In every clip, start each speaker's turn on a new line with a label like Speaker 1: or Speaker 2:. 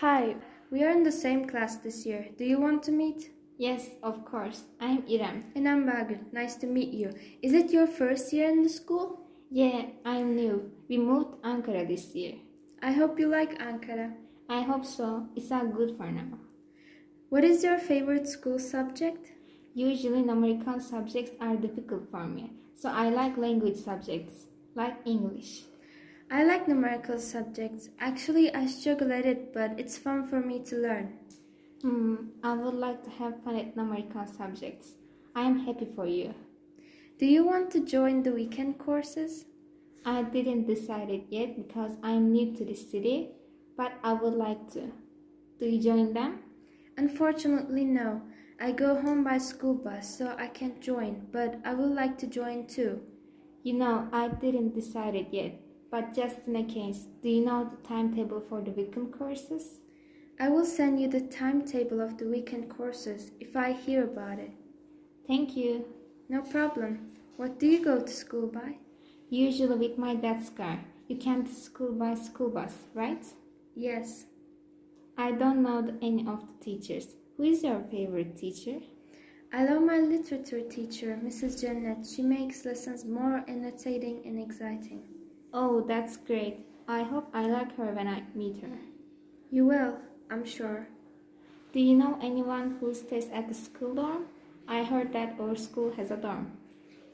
Speaker 1: Hi, we are in the same class this year. Do you want to meet?
Speaker 2: Yes, of course. I'm Irem.
Speaker 1: And I'm Bagül. Nice to meet you. Is it your first year in the school?
Speaker 2: Yeah, I'm new. We moved Ankara this year.
Speaker 1: I hope you like Ankara.
Speaker 2: I hope so. It's all good for now.
Speaker 1: What is your favorite school subject?
Speaker 2: Usually numerical subjects are difficult for me, so I like language subjects, like English.
Speaker 1: I like numerical subjects. Actually, I struggle at it, but it's fun for me to learn.
Speaker 2: Hmm, I would like to have fun at numerical subjects. I am happy for you.
Speaker 1: Do you want to join the weekend courses?
Speaker 2: I didn't decide it yet because I'm new to this city, but I would like to. Do you join them?
Speaker 1: Unfortunately, no. I go home by school bus, so I can't join, but I would like to join too.
Speaker 2: You know, I didn't decide it yet, but just in a case, do you know the timetable for the weekend courses?
Speaker 1: I will send you the timetable of the weekend courses if I hear about it.
Speaker 2: Thank you.
Speaker 1: No problem. What do you go to school by?
Speaker 2: Usually with my dad's car. You come to school by school bus, right?
Speaker 1: Yes.
Speaker 2: I don't know the- any of the teachers. Who is your favorite teacher?
Speaker 1: I love my literature teacher, Mrs. Janet. She makes lessons more annotating and exciting.
Speaker 2: Oh, that's great. I hope I like her when I meet her.
Speaker 1: You will, I'm sure.
Speaker 2: Do you know anyone who stays at the school dorm? I heard that our school has a dorm.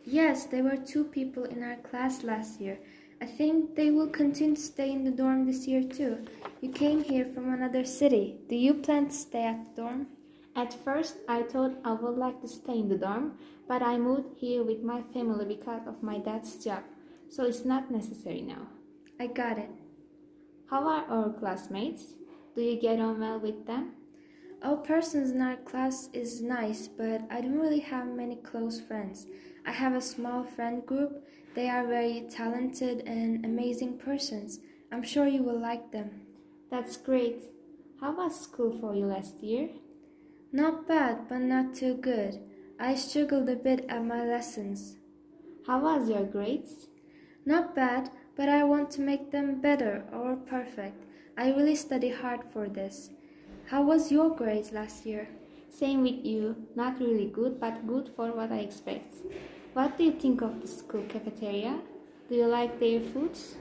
Speaker 1: Yes, there were two people in our class last year. I think they will continue to stay in the dorm this year too. You came here from another city. Do you plan to stay at the dorm?
Speaker 2: At first, I thought I would like to stay in the dorm, but I moved here with my family because of my dad's job, so it's not necessary now.
Speaker 1: I got it.
Speaker 2: How are our classmates? Do you get on well with them?
Speaker 1: All persons in our class is nice, but I don't really have many close friends. I have a small friend group. They are very talented and amazing persons. I'm sure you will like them.
Speaker 2: That's great. How was school for you last year?
Speaker 1: Not bad, but not too good. I struggled a bit at my lessons.
Speaker 2: How was your grades?
Speaker 1: Not bad, but I want to make them better or perfect. I really study hard for this. How was your grades last year?
Speaker 2: Same with you. Not really good, but good for what I expect. What do you think of the school cafeteria? Do you like their foods?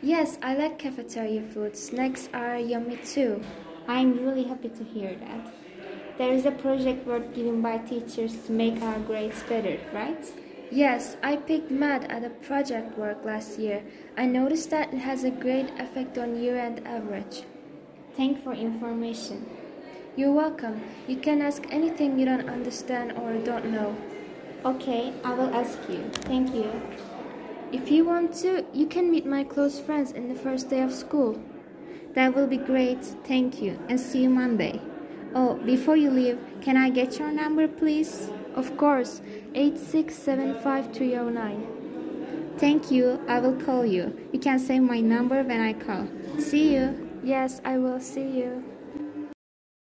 Speaker 1: Yes, I like cafeteria food. Snacks are yummy too.
Speaker 2: I'm really happy to hear that. There is a project work given by teachers to make our grades better, right?
Speaker 1: Yes, I picked math at a project work last year. I noticed that it has a great effect on year end average.
Speaker 2: Thank for information.
Speaker 1: You're welcome. You can ask anything you don't understand or don't know.
Speaker 2: Okay, I will ask you. Thank you.
Speaker 1: If you want to, you can meet my close friends in the first day of school.
Speaker 2: That will be great. Thank you. And see you Monday. Oh, before you leave, can I get your number, please?
Speaker 1: Of course, 8675309.
Speaker 2: Thank you. I will call you. You can save my number when I call. See you.
Speaker 1: Yes, I will see you.